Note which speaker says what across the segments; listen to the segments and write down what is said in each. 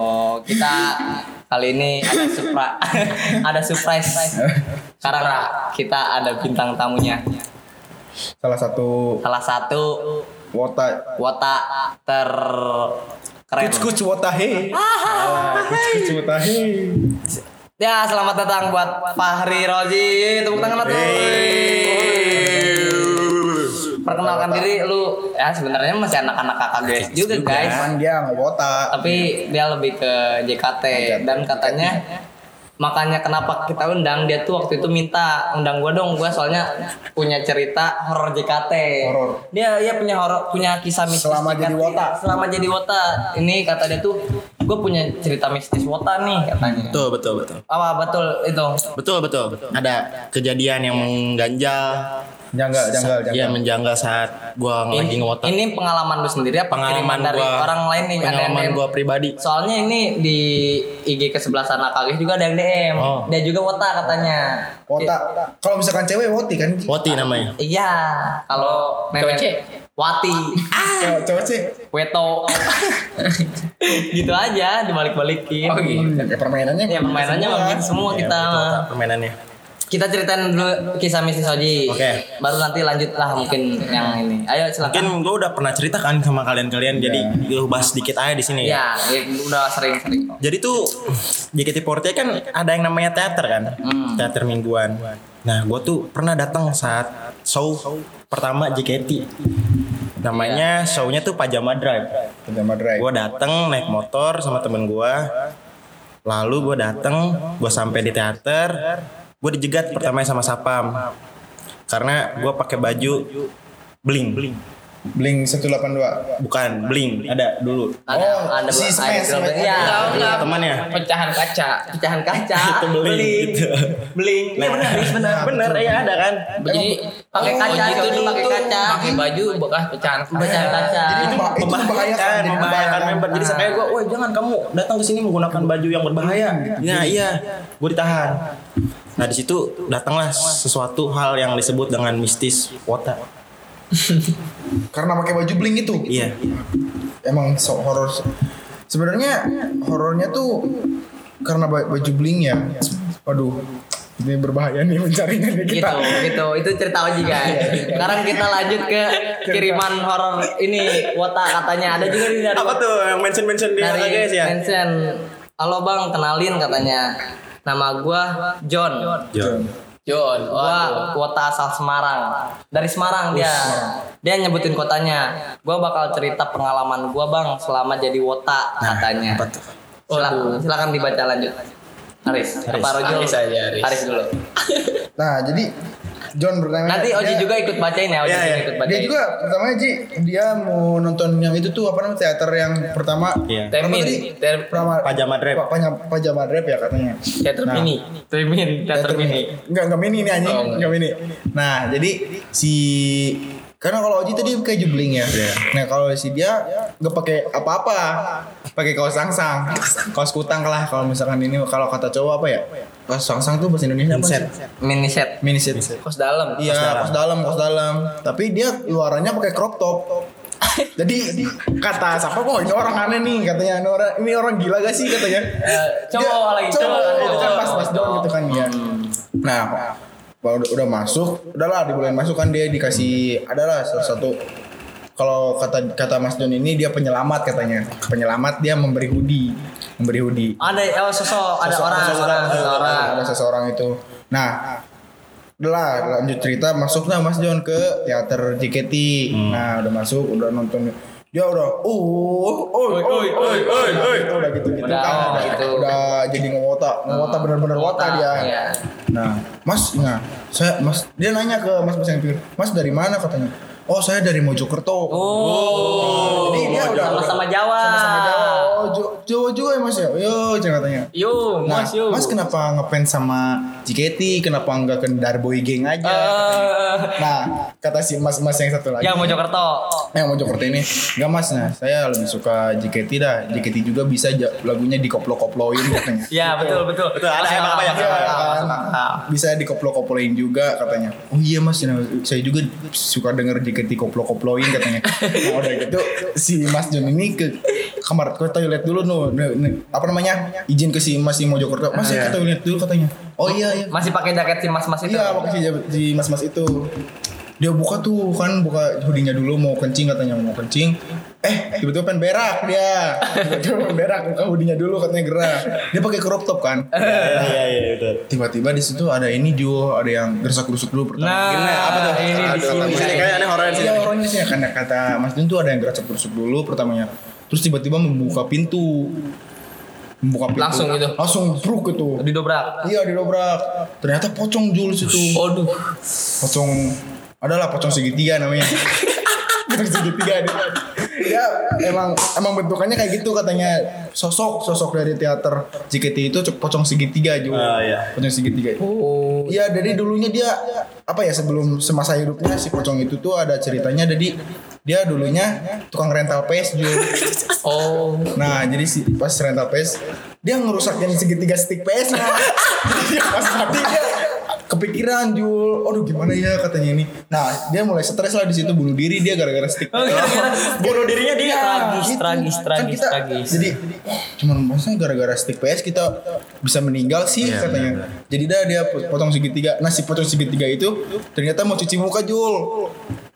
Speaker 1: Oh, kita kali ini ada supra ada surprise karena kita ada bintang tamunya
Speaker 2: Salah satu
Speaker 1: salah satu
Speaker 2: wota
Speaker 1: wota ter keren
Speaker 2: kucu wotahe. Ah, Kucu wotahe.
Speaker 1: ya selamat datang buat Fahri Rozi tepuk tangan atau perkenalkan diri lu ya sebenarnya masih anak-anak kakak guys juga guys
Speaker 2: Emang dia ngewota.
Speaker 1: tapi dia lebih ke JKT dan katanya makanya kenapa kita undang dia tuh waktu itu minta undang gua dong gua soalnya punya cerita horor JKT
Speaker 2: Horor.
Speaker 1: dia dia punya horor punya kisah mistis
Speaker 2: Selama jadi wota.
Speaker 1: selama jadi wota ini kata dia tuh gue punya cerita mistis wota nih katanya
Speaker 3: Betul, betul, betul.
Speaker 1: apa betul itu
Speaker 3: Betul, betul. Ada kejadian yang mengganjal.
Speaker 2: Janggal, janggal,
Speaker 3: Iya,
Speaker 2: janggal.
Speaker 3: menjanggal saat gua lagi ngewotak.
Speaker 1: ini pengalaman lu sendiri apa
Speaker 3: pengalaman
Speaker 1: kiriman dari
Speaker 3: gua,
Speaker 1: orang lain nih ada yang
Speaker 3: Pengalaman
Speaker 1: DM?
Speaker 3: gua pribadi.
Speaker 1: Soalnya ini di IG ke sebelah sana kali juga ada yang DM.
Speaker 3: Oh.
Speaker 1: Dia juga wota katanya.
Speaker 2: Wota. Kalau misalkan cewek woti kan.
Speaker 3: Woti namanya.
Speaker 1: I- Iya, kalau
Speaker 4: Oh,
Speaker 1: nenek Wati,
Speaker 4: Ah.
Speaker 2: Cewek cewek sih.
Speaker 1: Weto. gitu aja dibalik-balikin.
Speaker 4: Oh, gitu.
Speaker 2: Ya, permainannya.
Speaker 1: Ya Oh, iya. permainannya
Speaker 2: semua.
Speaker 1: begitu semua
Speaker 4: Iya,
Speaker 1: kita.
Speaker 3: Wota permainannya.
Speaker 1: Kita ceritain dulu kisah mistis Oji.
Speaker 3: Oke.
Speaker 1: Baru nanti lanjut lah mungkin yang ini. Ayo
Speaker 3: Mungkin
Speaker 1: silakan.
Speaker 3: gua udah pernah cerita kan
Speaker 2: Iya.
Speaker 3: sama kalian-kalian. Jadi gua bahas sedikit aja di sini.
Speaker 1: Ya, ya, udah sering-sering. kok.
Speaker 3: Jadi tuh JKT48 kan ada yang namanya teater kan,
Speaker 1: Hmm.
Speaker 3: teater mingguan. Nah, gue tuh pernah datang saat show pertama
Speaker 1: Iya.
Speaker 3: JKT. Namanya show-nya tuh Pajama Drive.
Speaker 2: Pajama drive.
Speaker 3: Gue datang naik motor sama temen gue. Lalu gue datang, gue sampai di teater, gue dijegat pertamanya sama sapam. Karena gue pakai baju bling,
Speaker 2: Bling 182.
Speaker 3: bukan bling, ada dulu.
Speaker 1: Ada
Speaker 2: Oh,
Speaker 1: ada
Speaker 2: si
Speaker 1: ada-
Speaker 2: Smash, Smash.
Speaker 1: Iya.
Speaker 3: Temannya.
Speaker 1: pecahan kaca pecahan kaca
Speaker 3: Itu beling, gitu.
Speaker 1: beling Iya, benar benar iya,
Speaker 3: Bener, ya ada kan?
Speaker 4: Jadi
Speaker 1: pakai kaca
Speaker 4: itu
Speaker 1: itu pakai kaca
Speaker 4: pakai baju bekas pecahan
Speaker 1: pecahan kaca
Speaker 2: Itu mah- itu membahayakan,
Speaker 3: membahayakan, membahayakan member. Jadi sampai gue, wah jangan kamu datang ke sini menggunakan baju yang berbahaya. Nah iya, gue ditahan. Nah di situ datanglah sesuatu hal yang disebut dengan mistis wota.
Speaker 2: Karena pakai baju bling itu.
Speaker 3: Iya.
Speaker 2: Emang so horor. Sebenarnya horornya tuh karena ba- baju bling ya. Waduh. Ini berbahaya nih mencarinya nih
Speaker 1: gitu
Speaker 2: kita.
Speaker 1: gitu itu cerita Oji guys sekarang kita lanjut ke kiriman horor ini wota katanya ada juga nih dari
Speaker 3: Apa tuh yang mention mention di
Speaker 1: dari
Speaker 3: Instagram, guys ya?
Speaker 1: mention halo bang kenalin katanya nama gua John
Speaker 3: John.
Speaker 4: John
Speaker 1: gua kota asal Semarang dari Semarang dia dia nyebutin kotanya gua bakal cerita pengalaman gua bang selama jadi wota katanya
Speaker 3: Nah, Apa tuh?
Speaker 1: Sila- silakan dibaca lanjut Haris, apa Rojo?
Speaker 4: Haris aja, Haris.
Speaker 1: dulu.
Speaker 2: Nah, jadi John bertanya
Speaker 1: Nanti Oji juga ikut bacain ya, Oji
Speaker 3: Iya,
Speaker 1: juga
Speaker 3: iya.
Speaker 1: ikut
Speaker 2: Dia
Speaker 1: bacain.
Speaker 2: juga pertamanya Ji dia mau nonton yang itu tuh apa namanya teater yang pertama.
Speaker 3: Iya.
Speaker 2: Pertama
Speaker 4: Termin.
Speaker 2: tadi?
Speaker 4: Ter-
Speaker 2: Pertama
Speaker 3: Pajama Drive.
Speaker 2: Pa- Pajama, pajama Drive ya katanya.
Speaker 4: teater
Speaker 2: Nah,
Speaker 4: mini.
Speaker 1: Termin, teater mini.
Speaker 2: Enggak enggak mini nih anjing,
Speaker 4: Oh, enggak.
Speaker 2: enggak mini. Nah, jadi si karena kalau Oji tadi kayak jubling ya. Nah, kalau si dia nggak pakai apa-apa. Pakai kaos sangsang. Kaos kutang lah kalau misalkan ini kalau kata cowok apa ya? Kaos sangsang tuh bahasa Indonesia apa sih?
Speaker 1: Mini set.
Speaker 2: Mini set.
Speaker 4: Kos dalam.
Speaker 2: Iya, kos dalam, kos dalam. Tapi dia luarannya pakai crop top. Jadi kata siapa kok ini orang aneh nih katanya ini orang ini orang gila gak sih katanya.
Speaker 1: cowok
Speaker 2: Dia-
Speaker 1: Iya, lagi,
Speaker 2: cowok,
Speaker 1: cowok,
Speaker 2: gitu kan
Speaker 1: cowok. Hmm.
Speaker 2: pas pas doang gitu kan ya. Nah, kalau udah, udah masuk, udahlah dibolehin masuk kan dia dikasih adalah salah satu kalau kata kata Mas Don ini dia penyelamat katanya. Penyelamat dia memberi hoodie, memberi hoodie
Speaker 1: Ada oh, sosok, ada
Speaker 2: Sese-
Speaker 1: orang,
Speaker 2: seseorang,
Speaker 1: orang, seseorang.
Speaker 2: ada seseorang itu nah udah lah lanjut cerita masuklah Mas John ke teater JKT
Speaker 1: Hmm.
Speaker 2: nah udah masuk udah nonton dia udah uh oh
Speaker 4: oi, oi, oi, oi.
Speaker 2: udah gitu gitu
Speaker 1: Udah,
Speaker 2: kan
Speaker 1: oh,
Speaker 2: udah,
Speaker 1: gitu.
Speaker 2: udah jadi ngewota ngewota bener-bener wota
Speaker 1: Wota,
Speaker 2: dia
Speaker 1: iya.
Speaker 2: nah Mas nah saya Mas dia nanya ke Mas Mas yang pikir Mas dari mana katanya oh saya dari Mojokerto
Speaker 1: Oh,
Speaker 2: Jadi dia udah-
Speaker 1: sama-sama Jawa.
Speaker 2: sama Jawa oh Jo- Jawa juga ya Mas ya yo jangan katanya
Speaker 1: Yo,
Speaker 2: Nah,
Speaker 1: Mas yo.
Speaker 2: Mas kenapa ngefans sama JKT? Kenapa nggak ke Darboy Gang aja?
Speaker 1: Eh,
Speaker 2: nah, kata si Mas-mas yang satu lagi.
Speaker 1: yang Mojokerto.
Speaker 2: Yang mau Mojokerto ini Enggak mas nah Saya lebih suka JKT dah JKT juga bisa ja- lagunya dikoplo-koploin katanya
Speaker 1: Ya, betul, betul.
Speaker 3: Betul, ada emang banyak.
Speaker 2: Iya,
Speaker 3: Iya,
Speaker 2: kan? Bisa dikoplo-koploin juga katanya Oh iya mas nah, Saya juga suka denger JKT koplo-koploin katanya Nah, Udah gitu Si mas John ini ke kamar ke toilet dulu nu nu- nu- apa namanya izin ke si Mas di Mojokerto Mas saya ke toilet dulu katanya oh iya iya
Speaker 4: Masih pakai jaket si mas-mas itu.
Speaker 2: Iya, waktu si, si mas-mas itu dia buka tuh kan buka hoodie-nya dulu mau kencing katanya mau kencing. Eh, tiba-tiba pengen berak dia. Tiba-tiba pengen berak buka hoodie-nya dulu katanya gerak. Dia pakai crop top kan.
Speaker 3: Iya iya iya betul.
Speaker 2: Tiba-tiba di situ ada ini duo, ada yang gersak-gerusuk dulu pertama.
Speaker 4: Nah, ini di
Speaker 2: Kata
Speaker 4: sini.
Speaker 2: Mas-
Speaker 3: Ini kayak aneh horornya sih.
Speaker 2: Iya, horornya sih karena kata Mas Dun tuh ada yang gersak-gerusuk dulu pertamanya. Terus tiba-tiba membuka pintu. Membuka pintu.
Speaker 4: Langsung gitu?
Speaker 2: Langsung bruk gitu.
Speaker 4: Didobrak.
Speaker 2: Iya didobrak. Ternyata pocong Jul situ
Speaker 4: Aduh.
Speaker 2: pocong adalah pocong segitiga namanya pocong segitiga dia. ya emang emang bentukannya kayak gitu katanya sosok sosok dari teater JKT itu pocong segitiga juga
Speaker 3: Ah, iya.
Speaker 2: pocong segitiga
Speaker 4: Oh.
Speaker 2: Iya dari dulunya dia apa ya sebelum semasa hidupnya si pocong itu tuh ada ceritanya jadi dia dulunya tukang rental PS juga
Speaker 4: Oh.
Speaker 2: Nah, jadi si pas rental PS dia ngerusak yang segitiga stick PS nya. Jadi pas mati dia kepikiran Jul, aduh gimana ya katanya ini. Nah dia mulai stres lah di situ bunuh diri dia gara-gara stick.
Speaker 4: Oh,
Speaker 1: iya.
Speaker 4: gara-gara
Speaker 3: Bunuh dirinya dia.
Speaker 4: Tragis,
Speaker 2: Gitu.
Speaker 4: tragis,
Speaker 2: Kan
Speaker 4: tragis,
Speaker 2: kita,
Speaker 4: tragis.
Speaker 2: Jadi cuman maksudnya gara-gara stick PS kita bisa meninggal sih
Speaker 3: Iya,
Speaker 2: katanya. Jadi dah dia potong segitiga. Nah si potong segitiga itu ternyata mau cuci muka Jul.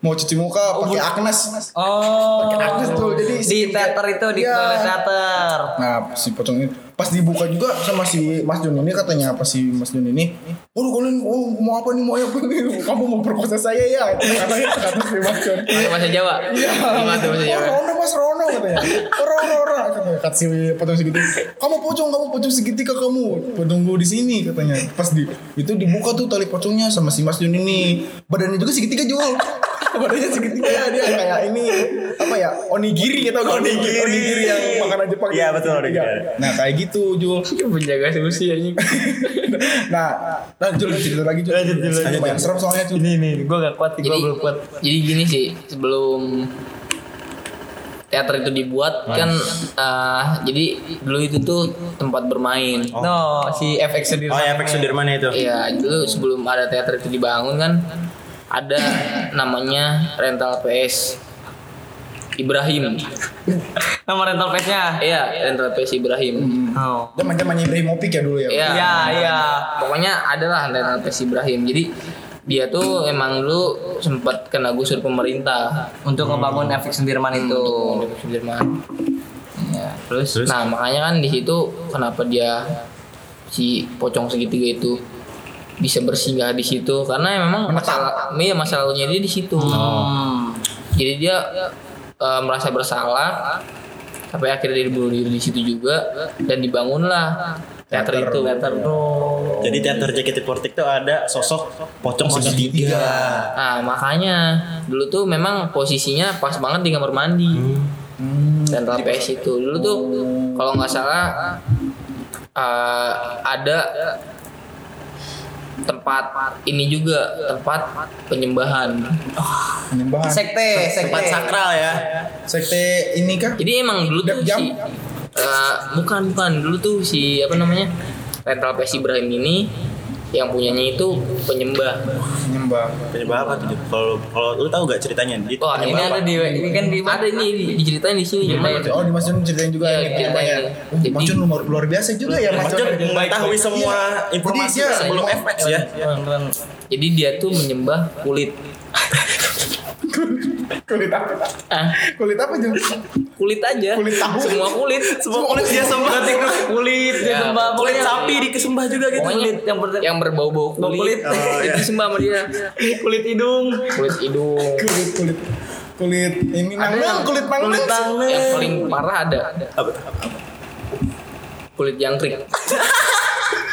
Speaker 2: Mau cuci muka pakai Agnes.
Speaker 4: Oh.
Speaker 2: Pakai aktes tuh, jadi
Speaker 4: di
Speaker 2: si-
Speaker 4: teater itu di
Speaker 2: Iya.
Speaker 4: toilet teater.
Speaker 2: Nah si pocong ini pas dibuka juga sama si Mas Jun ini katanya apa si Mas Jun ini, waduh kalian oh, mau apa nih mau apa nih kamu mau perkosa saya ya katanya kata si Mas Jun.
Speaker 4: Pakai bahasa Jawa.
Speaker 2: Iya.
Speaker 4: Gimana tuh bahasa
Speaker 2: Oh,
Speaker 4: Jawa?
Speaker 2: Rono mas Rono katanya. Rono Rono katanya. Kata si pocong segitiga. Kamu pocong kamu pocong segitiga kamu. Tunggu di sini katanya. Pas di itu dibuka tuh tali pocongnya sama si Mas Jun ini. Badannya juga segitiga jual. Badannya segitiga dia kayak ini apa ya onigiri gitu onigiri, onigiri yang makanan Jepang.
Speaker 3: Iya, betul, onigiri.
Speaker 2: Iya. Nah kayak gitu Jul.
Speaker 4: Penjaga sushi anjing.
Speaker 2: Nah, nah Jul cerita lagi Jul.
Speaker 3: Lanjut, Jul, lanjut.
Speaker 2: Banyak serem soalnya Jul.
Speaker 3: Ini nih, gua gak kuat, nih, gua
Speaker 4: Jadi-
Speaker 3: belum kuat.
Speaker 4: Jadi gini sih, sebelum teater itu dibuat kan eh, jadi dulu itu tuh tempat bermain. No, si FX sendiri.
Speaker 3: Oh, ya, efek Sudirman itu.
Speaker 4: Iya, dulu sebelum ada teater itu dibangun kan ada namanya rental PS Ibrahim. Nama rental PS-nya? Iya, rental PS Ibrahim.
Speaker 1: Hmm.
Speaker 4: Oh.
Speaker 2: Zaman zamannya Ibrahimovic ya dulu ya.
Speaker 4: Iya, iya, Pokoknya adalah rental PS Ibrahim. Jadi dia tuh emang dulu sempat kena gusur pemerintah untuk ngebangun efek Sudirman itu. Efek Oh, Sudirman. Ya, terus,
Speaker 3: Terus?
Speaker 4: nah makanya kan di situ kenapa dia si pocong segitiga itu bisa bersinggah di situ karena ya memang masalah iya masa lalunya dia di situ. Hmm. Jadi dia eh, merasa bersalah sampai akhirnya dia bunuh diri di situ juga dan dibangunlah teater, itu teater
Speaker 3: Jadi teater JKT48 tuh ada sosok pocong segitiga.
Speaker 4: Nah, makanya dulu tuh memang posisinya pas banget di kamar mandi.
Speaker 2: Hmm,
Speaker 4: Dan TPS itu dulu tuh kalau nggak salah eh, ada tempat ini juga tempat penyembahan.
Speaker 2: Penyembahan.
Speaker 4: Sekte,
Speaker 3: Tempat sakral ya.
Speaker 2: Sekte ini kah?
Speaker 4: Jadi emang dulu tuh
Speaker 2: Jam.
Speaker 4: si eh, bukan bukan dulu tuh si apa namanya? Rental PS Ibrahim ini yang punyanya itu penyembah.
Speaker 2: Nyembah.
Speaker 3: Penyebab apa tuh? Kalau kalau lu tahu gak ceritanya? Dia
Speaker 4: Wah, ini
Speaker 3: penyebab
Speaker 4: ada
Speaker 3: apa?
Speaker 4: di ini kan di ada ini di- diceritain di sini cuma
Speaker 2: Oh di Mas Jun ceritain juga
Speaker 4: Iya,
Speaker 2: ya, ceritanya.
Speaker 4: iya,
Speaker 2: Oh,
Speaker 4: iya.
Speaker 2: Mas Jun luar, luar biasa juga ya Mas
Speaker 3: Mas
Speaker 2: Jun.
Speaker 3: Jun Iya, mengetahui semua
Speaker 2: Iya.
Speaker 3: informasi
Speaker 2: Jadi, iya.
Speaker 3: sebelum
Speaker 2: Iya.
Speaker 3: FX ya.
Speaker 4: Jadi dia tuh menyembah kulit.
Speaker 2: Kulit apa?
Speaker 4: Ah,
Speaker 2: Kulit apa Jun?
Speaker 4: kulit aja.
Speaker 2: Kulit tahu.
Speaker 4: Semua kulit. Semua
Speaker 3: kulit dia sembah.
Speaker 4: kulit. dia sembah
Speaker 3: Kulit
Speaker 4: Pokoknya-
Speaker 3: sapi dikesembah juga gitu.
Speaker 4: Pokoknya yang, ber- yang berbau-bau kulit, itu sembah sama dia. kulit hidung, Oh, iya. kulit hidung.
Speaker 2: Kulit kulit kulit ini nang nang kulit nang nang.
Speaker 4: Yang paling parah ada
Speaker 3: Apa tuh?
Speaker 4: kulit jangkrik.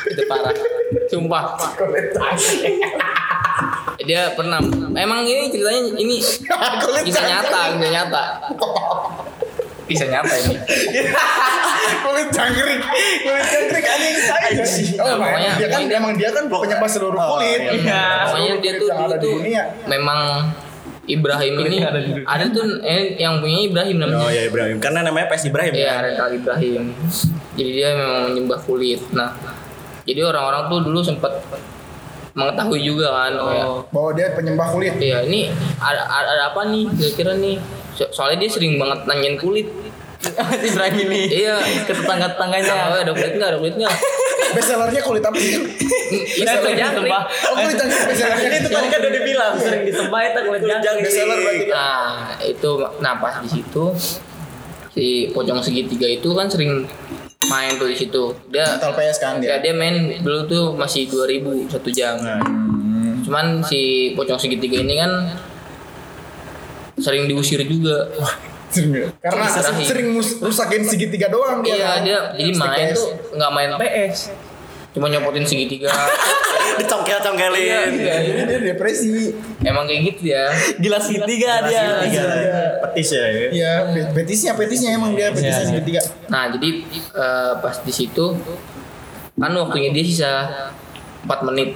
Speaker 4: itu parah. Sumpah. dia pernah emang ini ceritanya ini
Speaker 2: Kulit
Speaker 4: kisah
Speaker 2: jangkrik.
Speaker 4: nyata, kisah nyata. Kisah nyata ini.
Speaker 2: Kulit jangkrik. Kulit jangkrik anjing saya. Oh,
Speaker 4: Nah,
Speaker 2: makanya
Speaker 4: pokoknya-
Speaker 2: dia kan
Speaker 4: pokoknya-
Speaker 2: emang dia kan penyembah seluruh
Speaker 3: Oh,
Speaker 2: kulit.
Speaker 3: iya,
Speaker 4: Iya, pokoknya dia tuh
Speaker 2: Yang
Speaker 4: dulu
Speaker 2: ada di
Speaker 4: tuh
Speaker 2: dunia.
Speaker 4: memang Ibrahim ini ada, tuh eh, yang punya Ibrahim namanya.
Speaker 3: Oh
Speaker 2: iya.
Speaker 3: ya Ibrahim. Karena namanya PS Ibrahim
Speaker 4: Iya,
Speaker 3: ya.
Speaker 4: rental Ibrahim. Jadi dia memang menyembah kulit. Nah, jadi orang-orang tuh dulu sempat mengetahui juga kan kayak
Speaker 2: Bahwa dia penyembah kulit.
Speaker 4: iya ini ada, ada ada apa nih kira-kira nih So- soalnya dia sering banget nanyain kulit
Speaker 1: Ibrahim ini.
Speaker 4: Iya.
Speaker 1: Ke tetangga-tetangganya.
Speaker 4: Oh, ada kulit nggak? Ada kulit nggak?
Speaker 2: bestsellernya kulit apa sih?
Speaker 4: Bisa
Speaker 1: Itu
Speaker 4: lo jangkrik.
Speaker 1: disembah.
Speaker 2: Oh kulit yang bestsellernya
Speaker 3: itu tadi kan udah dibilang
Speaker 1: Sering disembah itu kulit jangkrik.
Speaker 2: bestseller berarti kan?
Speaker 4: Nah, itu nah pas di situ si pocong segitiga itu kan sering main tuh di situ. Dia
Speaker 2: Mental PS kan dia. Nah.
Speaker 4: Ya, dia main dulu tuh masih 2000 satu jam. Cuman si pocong segitiga ini kan sering diusir juga.
Speaker 2: Sering- ya? Karena
Speaker 4: Diserahin.
Speaker 2: sering mus- rusakin segitiga doang dia.
Speaker 4: Iya
Speaker 2: kan?
Speaker 4: dia jadi
Speaker 2: Stick
Speaker 4: main
Speaker 2: PS.
Speaker 4: tuh nggak main PS. Cuma nyopotin segitiga. Iya,
Speaker 3: dicongkel-congkelin
Speaker 4: iya.
Speaker 2: Jadi dia depresi.
Speaker 4: Emang kayak gitu ya.
Speaker 1: Gila segitiga
Speaker 3: Nah,
Speaker 1: dia.
Speaker 3: petis ya ya.
Speaker 2: Iya, bet- betisnya betisnya emang dia betisnya segitiga.
Speaker 4: Nah jadi eh, pas di situ kan waktunya dia sisa 4 menit.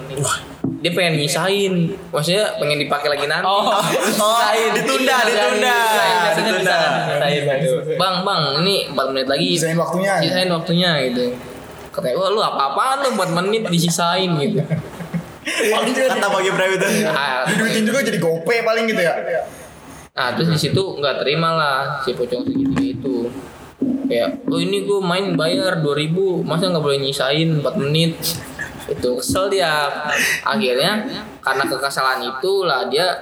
Speaker 4: Dia pengen nyisain, maksudnya pengen dipakai lagi nanti.
Speaker 1: Oh, lain
Speaker 3: ditunda, ditunda. Ditunda.
Speaker 4: Bang, bang, ini 4 menit lagi.
Speaker 2: Sisain waktunya.
Speaker 4: Sisain waktunya gitu. Katanya, wah lu apa-apaan lu 4 menit disisain gitu.
Speaker 3: kata bagi Ibrahim itu Iya.
Speaker 4: Nah,
Speaker 2: Diduitin juga jadi gope paling gitu ya.
Speaker 4: Nah terus di situ nggak terima lah si pocong segitiga itu. Kayak, oh ini gue main bayar 2000 masa nggak boleh nyisain 4 menit itu kesel dia akhirnya karena kekesalahan itu lah dia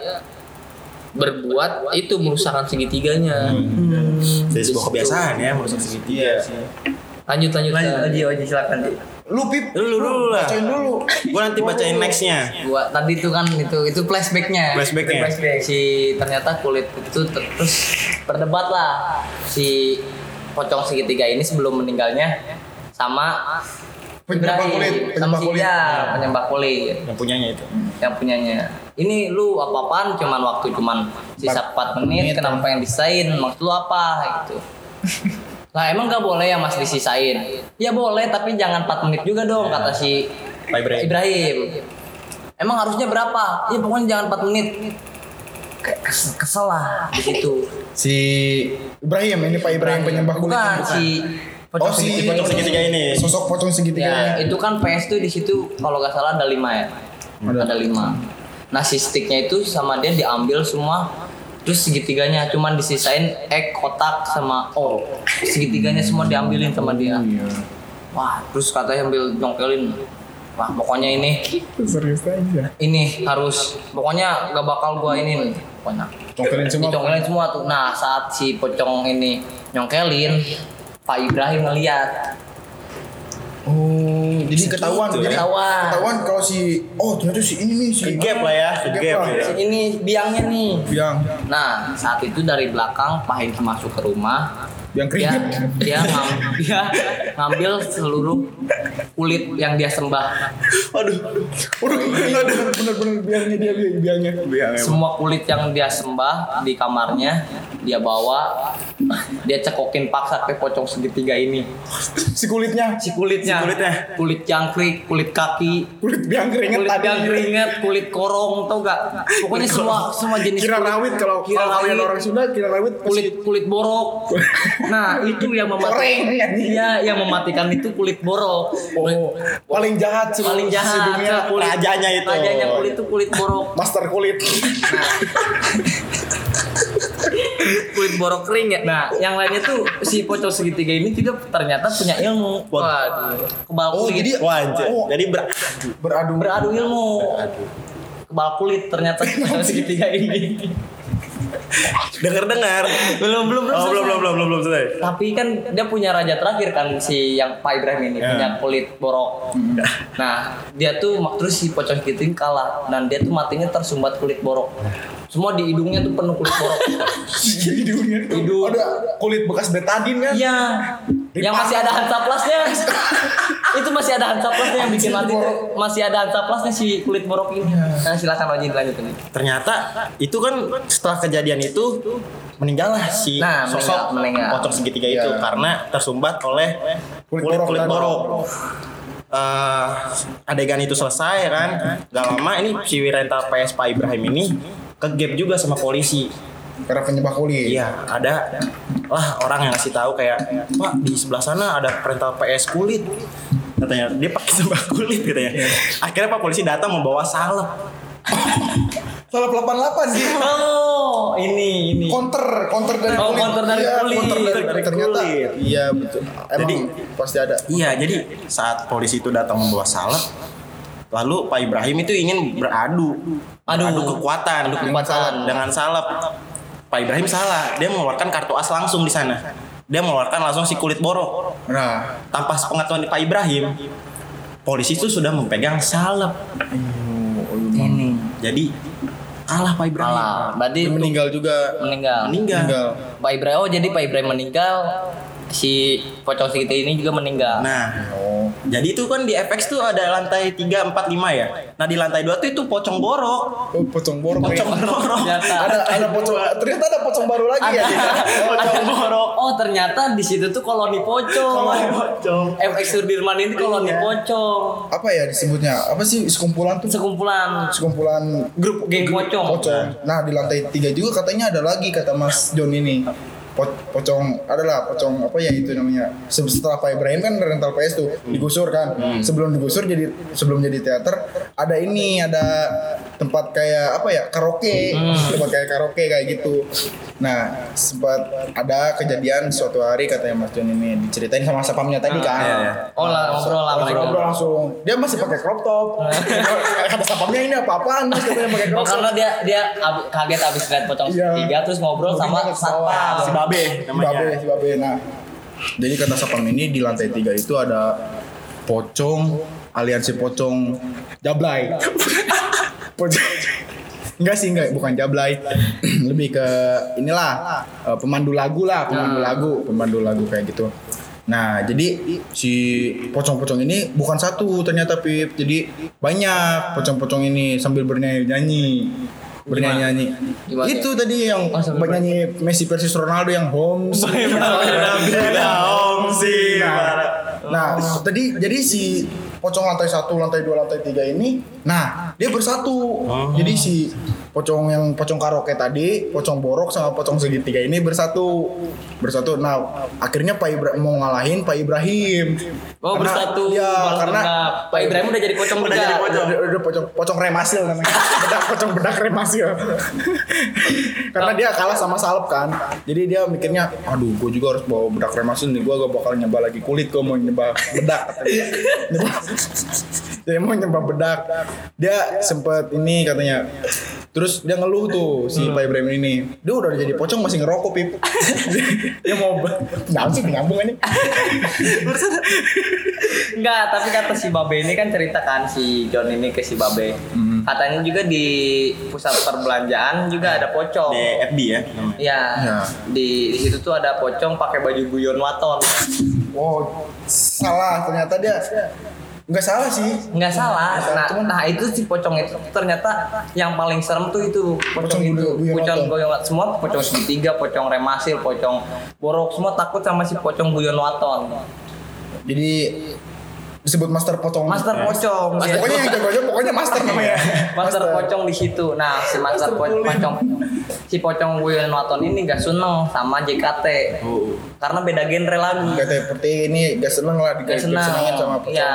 Speaker 4: berbuat itu merusakkan segitiganya
Speaker 1: Hmm.
Speaker 3: dari sebuah kebiasaan ya merusak
Speaker 2: Iya.
Speaker 3: segitiga sih
Speaker 4: lanjut lanjut
Speaker 1: Lanjut
Speaker 4: Lan.
Speaker 1: Oji, Oji silakan. Ji.
Speaker 2: Lu pip.
Speaker 3: Lu- lu dulu lah.
Speaker 2: Bacain dulu.
Speaker 3: gue nanti bacain nextnya
Speaker 1: Gua tadi itu kan itu itu flashbacknya.
Speaker 3: Flashbacknya.
Speaker 1: Itu Flashback. Si ternyata kulit itu ter- terus berdebat lah si pocong segitiga ini sebelum meninggalnya sama
Speaker 2: Penyembah
Speaker 1: Ibrahim,
Speaker 2: kulit,
Speaker 1: sama
Speaker 2: penyembah
Speaker 1: si
Speaker 2: kulit.
Speaker 1: Ida, penyembah kulit.
Speaker 3: yang punyanya itu
Speaker 1: yang punyanya ini lu apa-apaan cuman waktu cuman sisa 4 menit kenapa pengen disain maksud lu apa gitu lah emang gak boleh ya mas disisain ya boleh tapi jangan 4 menit juga dong
Speaker 2: Ya.
Speaker 1: kata si
Speaker 3: Pak Ibrahim
Speaker 1: Ibrahim emang harusnya berapa ya pokoknya jangan 4 menit Kayak kes- kesel lah di situ
Speaker 2: Si Ibrahim ini Pak Ibrahim penyembah kulit.
Speaker 1: bukan si
Speaker 2: Oh si
Speaker 3: segitiga- pocong segitiga ini.
Speaker 2: Sosok pocong segitiga
Speaker 1: ya
Speaker 2: ini.
Speaker 1: itu kan PS tuh di situ kalau nggak salah ada lima ya ada lima nah si sticknya itu sama dia diambil semua terus segitiganya cuman disisain E kotak sama O segitiganya semua diambilin sama dia
Speaker 2: Iya.
Speaker 1: wah terus katanya ambil jongkelin wah pokoknya ini
Speaker 2: Serius aja.
Speaker 1: ini harus pokoknya nggak bakal gua ini pokoknya
Speaker 2: Congkelin semua.
Speaker 1: Dicongkelin semua tuh. Nah saat si pocong ini nyongkelin, Pak Ibrahim ngeliat
Speaker 2: Oh, jadi ketahuan
Speaker 3: gitu ya.
Speaker 2: jadi
Speaker 1: Ketahuan.
Speaker 2: Ketahuan kalau si oh ternyata si ini nih si
Speaker 3: Kegap lah ya, kegap
Speaker 2: lah.
Speaker 3: ya.
Speaker 1: si ini biangnya nih.
Speaker 2: Yang
Speaker 1: Nah saat itu dari belakang Pak Hengki masuk ke rumah,
Speaker 2: yang
Speaker 1: dia
Speaker 2: keringat.
Speaker 1: dia, ngam- dia ngambil seluruh kulit yang dia sembah,
Speaker 3: waduh
Speaker 2: Waduh, bener-bener biangnya dia biang- biangnya.
Speaker 1: semua kulit yang dia sembah di kamarnya dia bawa, dia cekokin paksa ke pocong segitiga ini.
Speaker 2: Si kulitnya,
Speaker 1: Si kulitnya,
Speaker 3: Si kulitnya.
Speaker 1: kulit jangkrik, kulit kaki,
Speaker 2: kulit biang keringat
Speaker 1: kulit
Speaker 2: tadi.
Speaker 1: yang keringet, kulit korong tau gak? Pokoknya semua semua jenis
Speaker 2: Kira
Speaker 1: kulit.
Speaker 2: rawit kalau
Speaker 1: kira
Speaker 2: kalau kalian
Speaker 1: rawit,
Speaker 2: orang Sunda kira rawit
Speaker 1: kulit kulit borok. Nah itu yang
Speaker 2: Koreng,
Speaker 1: mematikan.
Speaker 2: kan?
Speaker 1: Iya yang mematikan itu kulit borok.
Speaker 2: pasti- oh, paling jahat sih.
Speaker 1: Paling jahat.
Speaker 2: dunia.
Speaker 1: kulit-
Speaker 3: rajanya itu
Speaker 1: Rajanya kulit itu kulit borok.
Speaker 2: Master kulit.
Speaker 4: kulit borok kering ya
Speaker 1: Nah yang lainnya tuh si pocong segitiga ini juga ternyata punya ilmu. gitu.
Speaker 4: Waduh.
Speaker 1: Kebal kulit.
Speaker 2: Oh, jadi
Speaker 3: wah anjir.
Speaker 2: Oh,
Speaker 3: jadi ber
Speaker 2: beradu.
Speaker 1: Beradu ilmu. Kebal kulit ternyata si pocong segitiga ini.
Speaker 3: dengar dengar
Speaker 1: belum belum
Speaker 3: oh belum belum belum belum belum selesai
Speaker 1: tapi kan dia punya raja terakhir kan si yang Pak Ibrahim ini
Speaker 3: Ya.
Speaker 1: punya kulit borok. Nah dia tuh mak- terus si pocong kiting kalah dan dia tuh matinya tersumbat kulit borok. Semua di hidungnya tuh penuh kulit borok. Iya.
Speaker 2: Hidungnya tuh.
Speaker 1: Hidung.
Speaker 2: Ada kulit bekas betadin kan?
Speaker 1: Iya. Yang masih ada Hansa Plusnya. itu masih ada Hansa Plusnya yang bikin mati tuh. Masih ada Hansa Plusnya si kulit borok ini. Nah silakan Oji lanjutin.
Speaker 3: ternyata itu kan setelah kejadian itu meninggal lah si
Speaker 1: Nah,
Speaker 3: sosok
Speaker 1: meninggal, meninggal.
Speaker 3: pocong segitiga itu
Speaker 2: Iya.
Speaker 3: karena tersumbat oleh
Speaker 2: Kulit
Speaker 3: kulit
Speaker 2: borok
Speaker 3: kulit
Speaker 2: dan-
Speaker 3: borok. Eh, adegan itu selesai kan gak lama ini si rental PS Pak Ibrahim ini kegap juga sama polisi
Speaker 2: Karena penyembah kulit.
Speaker 3: Iya, ada lah orang yang ngasih tahu kayak Pak di sebelah sana ada rental PS kulit. Katanya dia pakai sembah kulit katanya. Akhirnya Pak polisi datang membawa salep.
Speaker 2: Salap 88 sih.
Speaker 1: Oh, ini ini.
Speaker 2: Counter, counter dari
Speaker 1: Oh,
Speaker 2: kulit.
Speaker 1: counter dari
Speaker 2: Iya,
Speaker 1: kulit.
Speaker 2: counter dari-
Speaker 3: Dari
Speaker 2: ternyata.
Speaker 3: kulit.
Speaker 2: Iya, betul. Emang
Speaker 3: Jadi-
Speaker 2: pasti ada.
Speaker 3: Iya, jadi saat polisi itu datang membawa salep, lalu Pak Ibrahim itu ingin beradu,
Speaker 1: Adu.
Speaker 3: adu kekuatan,
Speaker 1: Adu kekuatan.
Speaker 3: dengan salep, dengan salep. Pak Ibrahim salah, dia mengeluarkan kartu as langsung di sana. Dia mengeluarkan langsung si kulit borok.
Speaker 2: Nah,
Speaker 3: Tanpa sepengetahuan Pak Ibrahim, polisi itu sudah memegang salep.
Speaker 1: Ini.
Speaker 3: Jadi kalah Pak Ibrahim.
Speaker 1: Malah, berarti
Speaker 2: dia
Speaker 1: meninggal.
Speaker 2: meninggal juga.
Speaker 1: meninggal.
Speaker 3: Meninggal.
Speaker 2: Meninggal.
Speaker 1: Pak Ibrahim, oh jadi Pak Ibrahim meninggal, si pocong segitu ini juga meninggal.
Speaker 3: Nah,
Speaker 2: Oh.
Speaker 3: jadi itu kan di FX tuh ada lantai 3, 4, 5 ya. Nah di lantai 2 tuh itu pocong borok.
Speaker 2: Oh, pocong borok.
Speaker 3: Pocong borok.
Speaker 1: Ternyata
Speaker 2: Ada ada pocong. Ternyata ada pocong baru lagi ya.
Speaker 1: pocong borok. Oh, ternyata di situ tuh koloni pocong.
Speaker 3: Koloni pocong.
Speaker 1: FX Sudirman ini koloni
Speaker 3: Iya.
Speaker 1: pocong.
Speaker 2: Apa ya disebutnya? Apa sih sekumpulan tuh?
Speaker 1: Sekumpulan
Speaker 2: Sekumpulan
Speaker 1: grup geng pocong.
Speaker 2: pocong. Nah di lantai tiga juga katanya ada lagi kata Mas John ini. Po- pocong adalah pocong apa ya itu namanya Se- setelah Pak Ibrahim kan rental PS tuh
Speaker 1: Hmm.
Speaker 2: digusur kan sebelum digusur jadi sebelum jadi teater ada ini ada tempat kayak apa ya karaoke
Speaker 1: Hmm.
Speaker 2: tempat kayak karaoke kayak gitu nah sempat ada kejadian suatu hari katanya Mas John ini diceritain sama sapamnya tadi kan
Speaker 3: iya, iya.
Speaker 1: Oh lah, ngobrol lah mereka.
Speaker 2: ngobrol langsung dia masih pakai crop top kata sapamnya ini apa apaan mas katanya pakai
Speaker 1: Oh
Speaker 2: crop top
Speaker 1: karena dia dia ab- kaget abis lihat pocong
Speaker 2: Iya.
Speaker 1: tiga terus ngobrol sama
Speaker 2: Ngobrol
Speaker 1: satpam.
Speaker 2: sama
Speaker 3: Ah, si babe
Speaker 2: si
Speaker 3: namanya
Speaker 2: babe si babe nah jadi kata sapam ini di lantai tiga itu ada pocong aliansi pocong jablay pocong Enggak sih, enggak, bukan jablay. Lebih ke inilah eh, pemandu lagu lah, pemandu lagu, pemandu lagu kayak gitu. Nah, jadi si pocong-pocong ini bukan satu ternyata Pip. Jadi banyak pocong-pocong ini sambil bernyanyi-nyanyi. Bernyanyi-nyanyi.
Speaker 4: Gimana?
Speaker 2: Itu tadi yang penyanyi Messi versus Ronaldo yang home. Nah, tadi jadi si pocong lantai satu, lantai dua, lantai tiga ini, nah dia bersatu. Jadi si pocong yang pocong karaoke tadi, pocong borok sama pocong segitiga ini bersatu, bersatu. Nah, akhirnya Pak Ibra mau ngalahin Pak Ibrahim.
Speaker 1: Oh
Speaker 2: Karena-
Speaker 1: bersatu.
Speaker 2: Iya,
Speaker 1: balas
Speaker 2: karena
Speaker 1: dendam. Pak Ibrahim udah jadi pocong udah jadi
Speaker 2: udah, udah- udah pocong pocong remasil namanya. bedak pocong bedak remasil. Karena dia kalah sama Salep kan. Jadi dia mikirnya, aduh gue juga harus bawa bedak remasil nih. Gue gak bakal nyembah lagi kulit, gue mau nyembah bedak. katanya. Nyembah- dia mau nyembah bedak. Dia sempet ini katanya. Terus dia ngeluh tuh si
Speaker 1: Hmm.
Speaker 2: Pak Ibrahim ini. Dia udah jadi pocong masih ngerokok, Pip. dia mau nyambung sih nyambung ini.
Speaker 1: Enggak, tapi kata si Babe ini kan ceritakan si John ini ke si Babe. Katanya juga di pusat perbelanjaan juga ada pocong.
Speaker 3: di FB ya namanya.
Speaker 1: Iya.
Speaker 2: Ya.
Speaker 1: Di, di situ tuh ada pocong pakai baju guyon waton.
Speaker 2: Oh, salah ternyata dia. Enggak salah sih.
Speaker 1: Nggak salah.
Speaker 2: Nggak salah,
Speaker 1: Nah,
Speaker 2: cuman-
Speaker 1: nah itu si pocong itu ternyata yang paling serem tuh itu pocong,
Speaker 2: Pocong
Speaker 1: itu.
Speaker 2: guyon- guyon
Speaker 1: pocong
Speaker 2: waton.
Speaker 1: goyong semua pocong segitiga, pocong remasil, pocong borok semua takut sama si pocong guyon waton.
Speaker 2: Jadi disebut master pocong.
Speaker 1: Master pocong. dia.
Speaker 2: Pokoknya yang jago aja pokoknya master namanya.
Speaker 1: Master pocong di situ. Nah, si Master, po- pocong si pocong William Watton ini gak seneng sama JKT. Karena beda genre lagu.
Speaker 2: Gak kayak seperti ini gak seneng
Speaker 1: Gak
Speaker 2: lah dikasih
Speaker 1: seneng.
Speaker 2: senengin sama pocong.
Speaker 1: Iya.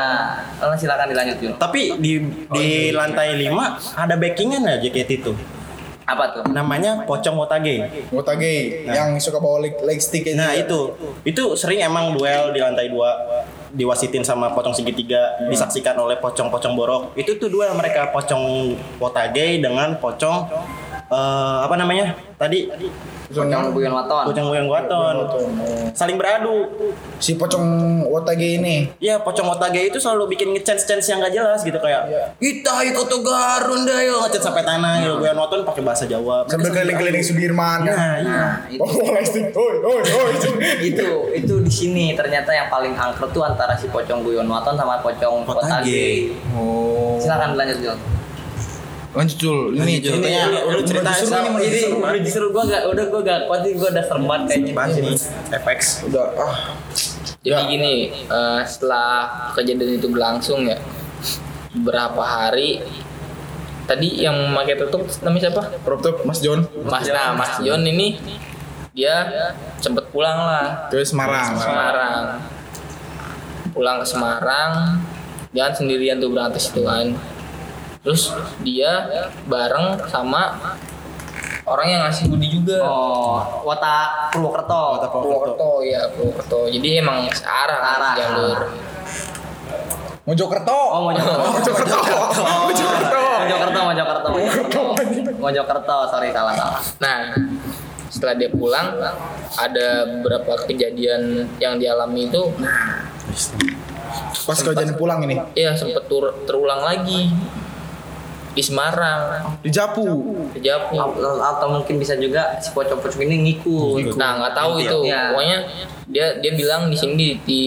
Speaker 1: Lalu silakan dilanjut Yun.
Speaker 3: tapi di di lantai 5 ada backingan ya JKT itu
Speaker 1: Apa tuh?
Speaker 3: namanya pocong otage
Speaker 2: Wotage yang suka bawa leg, leg stick
Speaker 3: nah
Speaker 2: Nah. itu.
Speaker 3: itu itu sering emang duel di lantai 2 diwasitin sama pocong segitiga disaksikan oleh pocong-pocong borok itu tuh duel mereka pocong otage dengan pocong eh, apa namanya tadi
Speaker 1: Pocong William Watton.
Speaker 3: pocong goyang waton saling beradu
Speaker 2: Si pocong Wotage ini.
Speaker 3: Iya, pocong otage itu selalu bikin ngechance-chance yang gak jelas gitu kayak kita ikut garun deh yo ngechance sampai tanah yo gue nonton pakai bahasa Jawa. Mereka
Speaker 2: Sambil keliling-keliling Sudirman. kan?
Speaker 3: Nah,
Speaker 1: itu.
Speaker 3: iya.
Speaker 2: Oh, leg stick. Oi, oi, oi.
Speaker 1: itu itu di sini ternyata yang paling angker tuh antara si pocong Guyon Waton sama pocong
Speaker 3: Potage.
Speaker 1: Potage.
Speaker 2: Oh.
Speaker 1: Silakan dilanjut Yun.
Speaker 2: Lanjut Iya. Jul, ini
Speaker 3: Jul. Ini, ini, lu ceritain
Speaker 2: Justru
Speaker 3: sama-
Speaker 2: ini mau
Speaker 1: Ini
Speaker 2: jadi-
Speaker 1: udah disuruh gua gak, udah gua gak kuat sih gua udah serem banget kayaknya.
Speaker 3: Bahas ini FX.
Speaker 2: Udah ah.
Speaker 4: Jadi gini, eh, setelah kejadian itu berlangsung ya beberapa hari tadi yang memakai tutup namanya siapa?
Speaker 2: Prop top Mas John.
Speaker 4: Mas nah Mas John ini dia sempet pulang lah
Speaker 2: Terus Semarang.
Speaker 4: ke Semarang. Pulang ke Semarang, jangan sendirian tuh berangkat ke situ kan. terus dia bareng sama orang yang ngasih hoodie juga
Speaker 1: Oh, Wata Purwokerto.
Speaker 3: Kota Purwokerto.
Speaker 4: Purwokerto ya Purwokerto jadi emang searah kan
Speaker 1: Searah.
Speaker 4: jalur
Speaker 2: Mojokerto.
Speaker 1: Oh, Mojokerto.
Speaker 2: Mojokerto. Mojokerto.
Speaker 1: Mojokerto, Mojokerto, Mojokerto. Mojokerto, sorry salah salah.
Speaker 4: Nah, setelah dia pulang, ada beberapa kejadian yang dialami itu,
Speaker 2: Pas kau jalan pulang ini
Speaker 4: ya sempet tur- terulang lagi di Semarang,
Speaker 2: di Japu.
Speaker 4: di Japu.
Speaker 1: Atau, atau mungkin bisa juga si pocong-pocong ini ngikut.
Speaker 4: Nah, nggak tahu itu.
Speaker 1: Iya.
Speaker 4: Pokoknya dia dia bilang di sini di, di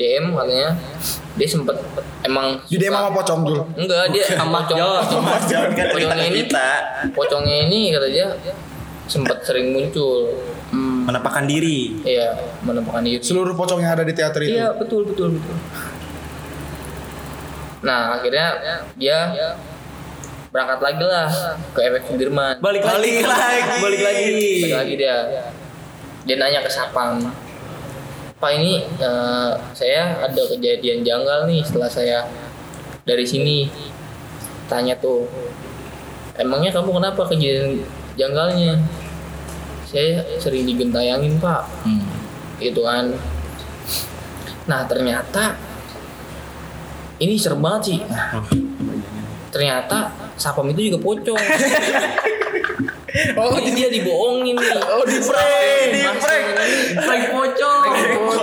Speaker 4: DM katanya dia sempet emang
Speaker 2: Di DM
Speaker 4: suka-
Speaker 2: sama pocong dulu.
Speaker 4: Enggak, dia sama pocong.
Speaker 3: Mas jangan kan cerita
Speaker 4: Pocongnya
Speaker 3: ke
Speaker 4: ini,
Speaker 3: kita.
Speaker 4: pocongnya ini kata dia sempet sering muncul.
Speaker 3: Menampakkan diri.
Speaker 4: Iya, menemukan diri.
Speaker 2: Seluruh pocong yang ada di teater itu.
Speaker 4: Iya betul betul betul. Nah akhirnya dia berangkat lagi lah ke efek Sudirman.
Speaker 1: Balik lagi.
Speaker 3: Balik lagi.
Speaker 1: Balik lagi.
Speaker 4: Balik lagi dia. Iya. Dia nanya ke Sapang. Pak ini eh, saya ada kejadian janggal nih setelah saya dari sini. Tanya tuh. Emangnya kamu kenapa kejadian janggalnya? Saya sering digentayangin pak gitu kan nah ternyata ini serem banget sih Nah, ternyata sapam itu juga pocong oh jadi dia dibohongin nih oh di prank di prank
Speaker 1: Prank pocong.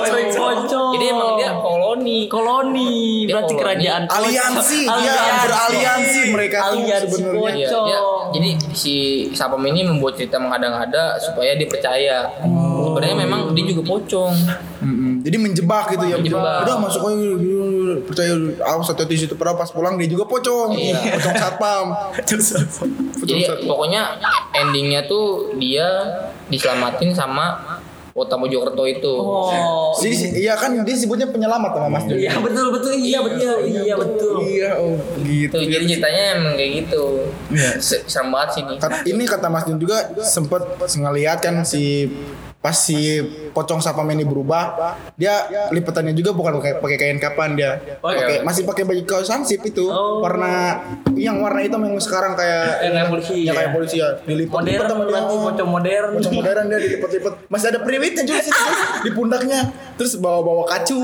Speaker 1: Prank pocong.
Speaker 4: jadi emang dia koloni
Speaker 1: koloni
Speaker 4: Dia
Speaker 1: berarti
Speaker 4: koloni.
Speaker 1: kerajaan pocong.
Speaker 2: Aliansi, dia beraliansi mereka tuh
Speaker 1: Aliansi
Speaker 2: sebenarnya.
Speaker 4: Iya,
Speaker 1: pocong.
Speaker 4: dia- jadi si sapam ini membuat cerita menghadang-hada supaya dia percaya
Speaker 1: Oh.
Speaker 4: sebenarnya memang dia juga pocong
Speaker 2: Mm-mm. Jadi menjebak gitu ya.
Speaker 4: Menjebak.
Speaker 2: Udah masuk aja dulu, dulu, dulu. percaya dulu. awas satu di situ padahal pas pulang dia juga pocong.
Speaker 4: Iya.
Speaker 2: Pocong satpam.
Speaker 4: Jadi
Speaker 2: Pocong satpam.
Speaker 4: pokoknya endingnya tuh dia diselamatin sama Kota Mojokerto itu.
Speaker 1: Oh.
Speaker 2: Jadi si- iya kan dia sebutnya penyelamat sama Mas Jun.
Speaker 1: Iya betul betul iya betul iya betul.
Speaker 2: Iya, oh, gitu.
Speaker 4: Itu jadi ceritanya emang kayak gitu.
Speaker 2: Iya.
Speaker 4: Se- Serem banget sih ini.
Speaker 2: Kata- ini kata Mas Jun juga sempet ngeliat kan si pas si pocong sapam ini berubah dia lipetannya juga bukan pakai pakai kain kapan dia
Speaker 1: Oh, iya.
Speaker 2: pakai masih pakai baju kaos hansip itu warna yang warna hitam yang sekarang kayak
Speaker 1: Yang kayak polisi,
Speaker 2: yang kayak
Speaker 1: ya.
Speaker 2: polisi ya dilipat
Speaker 1: Modern berarti pocong modern.
Speaker 2: pocong modern dia dilipat-lipat masih ada periwitnya juga sih di pundaknya terus bawa-bawa kacu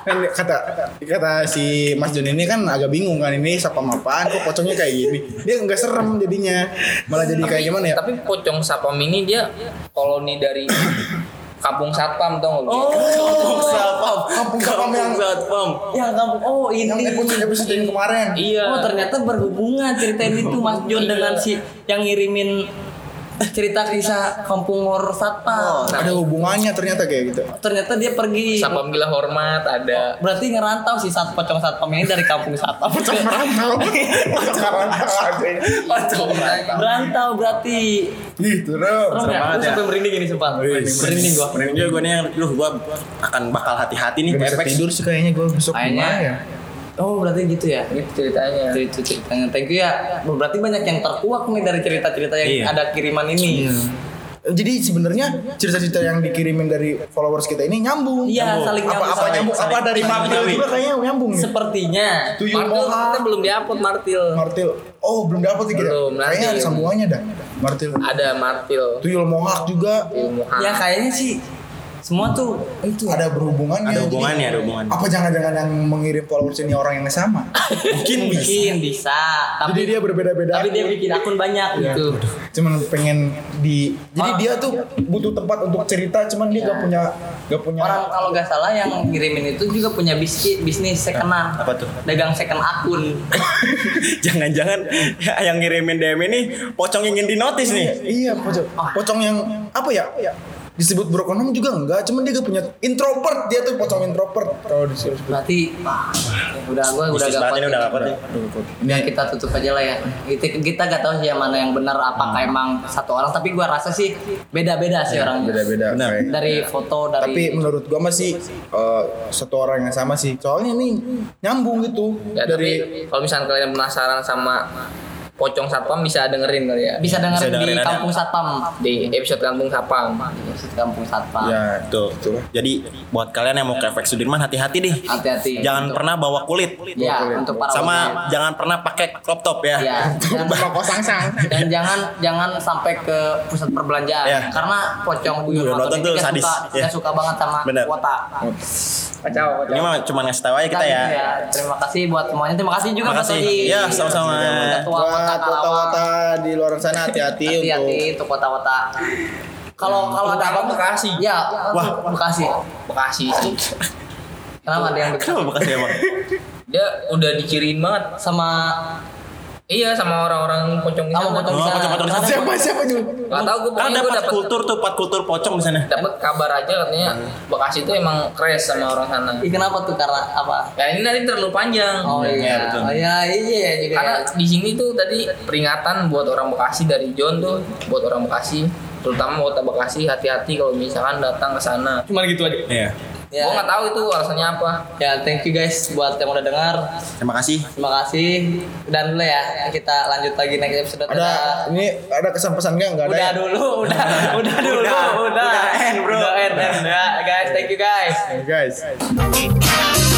Speaker 2: kan kata kata si Mas Jun ini kan agak bingung kan ini siapa apaan kok pocongnya kayak gini dia nggak serem jadinya malah jadi kayak gimana ya
Speaker 4: Tapi pocong sapam ini dia koloni dari kampung satpam tau nggak lu?
Speaker 1: Oh.
Speaker 3: Satpam.
Speaker 2: kampung kampung yang
Speaker 3: Satpam.
Speaker 1: Ya kampung. Oh
Speaker 2: yang
Speaker 1: ini.
Speaker 2: episode episode yang kemarin
Speaker 4: Iya.
Speaker 1: Oh ternyata berhubungan cerita ini tuh Mas John dengan si yang ngirimin cerita kisah kampung horor satpam. Nah,
Speaker 2: ada hubungannya ternyata kayak gitu
Speaker 1: ternyata dia pergi.
Speaker 4: Sapam gila hormat ada.
Speaker 1: Berarti ngerantau si sat pocong satpam ini dari kampung satpam.
Speaker 2: pocong merantau pocong merantau
Speaker 1: Berantau berarti.
Speaker 2: gitu loh
Speaker 1: Serem ya?
Speaker 3: banget
Speaker 1: Lu
Speaker 3: ya.
Speaker 1: sampai merinding ini sumpah. Merinding gua.
Speaker 3: Merinding juga gue nih yang Duh gue akan bakal hati-hati nih
Speaker 2: Gak bisa
Speaker 3: efek
Speaker 2: tidur sih kayaknya gue besok
Speaker 1: Kayaknya.
Speaker 2: gimana ya
Speaker 1: Oh berarti gitu ya.
Speaker 4: Gitu ceritanya.
Speaker 1: Cerita ceritanya. Thank you ya. Berarti banyak yang terkuak nih dari cerita-cerita yang
Speaker 3: Iya.
Speaker 1: ada kiriman ini.
Speaker 2: Jadi sebenarnya cerita-cerita yang dikirimin dari followers kita ini nyambung.
Speaker 1: Iya,
Speaker 2: Nyambung.
Speaker 1: saling
Speaker 2: apa,
Speaker 1: nyambung,
Speaker 2: Apa
Speaker 1: saling-
Speaker 2: nyambung? Apa
Speaker 3: saling-
Speaker 2: dari
Speaker 3: saling
Speaker 2: Martil
Speaker 3: nyambung.
Speaker 2: juga kayaknya nyambung. ya?
Speaker 1: Sepertinya.
Speaker 2: Tuyul
Speaker 4: Martil
Speaker 2: Moha,
Speaker 4: kita belum diupload Martil.
Speaker 2: Martil. Oh, belum dapat sih kita.
Speaker 4: Belum,
Speaker 2: Kayaknya ada
Speaker 4: Martil.
Speaker 2: sambungannya dah. Martil.
Speaker 4: Ada Martil.
Speaker 2: Tuyul Mohak juga
Speaker 4: Ilmu
Speaker 1: Ya kayaknya sih semua tuh itu.
Speaker 2: ada berhubungannya.
Speaker 3: Ada
Speaker 2: Jadi,
Speaker 3: hubungannya, ada hubungannya.
Speaker 2: Apa jangan-jangan yang mengirim followers ini orang yang sama?
Speaker 3: Mungkin bisa.
Speaker 1: Mungkin bisa,
Speaker 2: Jadi
Speaker 1: tapi
Speaker 2: dia berbeda-beda.
Speaker 1: tapi dia bikin akun banyak
Speaker 2: Iya.
Speaker 1: gitu.
Speaker 2: cuman pengen di jadi
Speaker 1: Orang-
Speaker 2: dia tuh butuh tempat untuk cerita cuman dia gak punya gak punya
Speaker 1: Orang kalau nggak salah yang ngirimin itu juga punya bisnis bisnis sekenan.
Speaker 3: Iya. Apa tuh?
Speaker 1: Dagang second akun.
Speaker 3: Jangan-jangan yang ngirimin DM ini pocong ingin dinotis nih.
Speaker 2: Iya pocong. Pocong yang apa ya? Disebut brokonom juga enggak, cuman dia gak punya introvert dia tuh pocong introvert kalau disebut.
Speaker 1: Berarti wah, udah gue udah
Speaker 3: Bisnis
Speaker 1: gak
Speaker 3: banget ini udah dapat nih.
Speaker 1: Biar kita tutup aja lah ya. Kita kita gak tahu sih yang mana yang benar
Speaker 3: Hmm.
Speaker 1: apakah emang satu orang tapi gua rasa sih beda-beda
Speaker 3: Iya,
Speaker 1: sih orangnya.
Speaker 2: Beda-beda.
Speaker 3: Benar.
Speaker 2: kayak.
Speaker 1: Dari
Speaker 3: Iya.
Speaker 1: foto dari
Speaker 2: Tapi menurut gua masih eh, satu orang yang sama sih. Soalnya nih nyambung gitu
Speaker 4: Ya,
Speaker 2: dari
Speaker 4: tapi kalau misalnya kalian penasaran sama pocong satpam bisa dengerin kali ya
Speaker 1: Bisa dengar
Speaker 3: Bisa
Speaker 1: di
Speaker 3: dengerin ada.
Speaker 1: kampung satpam.
Speaker 4: di episode kampung satpam
Speaker 1: Di kampung satpam.
Speaker 3: Iya.
Speaker 2: Ya,
Speaker 3: Tuh. Jadi buat kalian yang mau ke efek Sudirman hati-hati deh.
Speaker 1: Hati-hati.
Speaker 3: Jangan
Speaker 1: Untuk-
Speaker 3: pernah bawa kulit.
Speaker 1: Ya, untuk para
Speaker 3: Iya. Sama
Speaker 1: wanita.
Speaker 3: jangan pernah pakai crop top ya.
Speaker 1: Ya, dan,
Speaker 2: Rokok sangsang.
Speaker 1: dan jangan jangan sampai ke pusat perbelanjaan
Speaker 3: Ya.
Speaker 1: karena pocong
Speaker 3: Gua
Speaker 1: buyur
Speaker 3: Iya, nonton tuh
Speaker 1: dia
Speaker 3: sadis.
Speaker 1: kan suka, dia
Speaker 3: Ya.
Speaker 1: suka banget sama
Speaker 3: Bener.
Speaker 1: kuota.
Speaker 4: kacau
Speaker 3: Ini mah cuma ngasih tahu aja kita ya.
Speaker 1: Gitu Terima kasih buat semuanya. Terima kasih juga Mas
Speaker 3: Makasih.
Speaker 1: Oji.
Speaker 3: Ya, sama-sama.
Speaker 1: Ketua Kota
Speaker 2: Buat
Speaker 1: Karawang.
Speaker 2: kota-kota di luar sana hati-hati
Speaker 1: Hati-hati untuk
Speaker 2: untuk
Speaker 1: kota-kota. Kalau kalau ada apa
Speaker 4: Bekasi.
Speaker 1: Ya,
Speaker 3: Wah.
Speaker 1: Bekasi.
Speaker 4: bekasi sih
Speaker 1: Kenapa ada yang
Speaker 3: Kenapa
Speaker 1: Bekasi?
Speaker 3: makasih emang?
Speaker 4: dia udah diciriin banget
Speaker 1: Sama
Speaker 4: iya sama orang-orang pocong di
Speaker 1: sama
Speaker 4: sana.
Speaker 1: pocong di
Speaker 3: Oh,
Speaker 1: sana.
Speaker 3: pocong-pocong di sana.
Speaker 2: siapa siapa dulu.
Speaker 4: Gak tau gue
Speaker 3: Kan ada
Speaker 4: pokoknya gue
Speaker 3: empat
Speaker 4: dapet
Speaker 3: kultur tuh, empat kultur pocong di sana.
Speaker 4: dapet kabar aja katanya Bekasi tuh emang crash sama orang sana.
Speaker 1: Ih, kenapa tuh karena apa?
Speaker 4: Ya ini nanti terlalu panjang.
Speaker 1: Oh
Speaker 3: Iya,
Speaker 1: iya.
Speaker 3: betul.
Speaker 1: Oh iya, iya juga. ya.
Speaker 4: Karena di sini tuh tadi peringatan buat orang Bekasi dari John tuh buat orang Bekasi, terutama buat orang Bekasi hati-hati kalau misalkan datang ke sana.
Speaker 5: Cuman gitu aja.
Speaker 3: Iya.
Speaker 1: Ya.
Speaker 4: Gua nggak tahu itu alasannya apa.
Speaker 1: Ya, thank you guys buat yang udah dengar.
Speaker 3: Terima kasih.
Speaker 1: Terima kasih. Dan dulu ya, kita lanjut lagi next episode.
Speaker 2: Ada
Speaker 1: Dadah.
Speaker 2: ini ada kesan pesan enggak? Enggak ada.
Speaker 1: udah
Speaker 2: ya?
Speaker 1: dulu, udah, udah dulu, udah,
Speaker 3: udah end, bro.
Speaker 1: Udah end, end. Ya, guys, thank you guys.
Speaker 2: Guys.
Speaker 6: Thank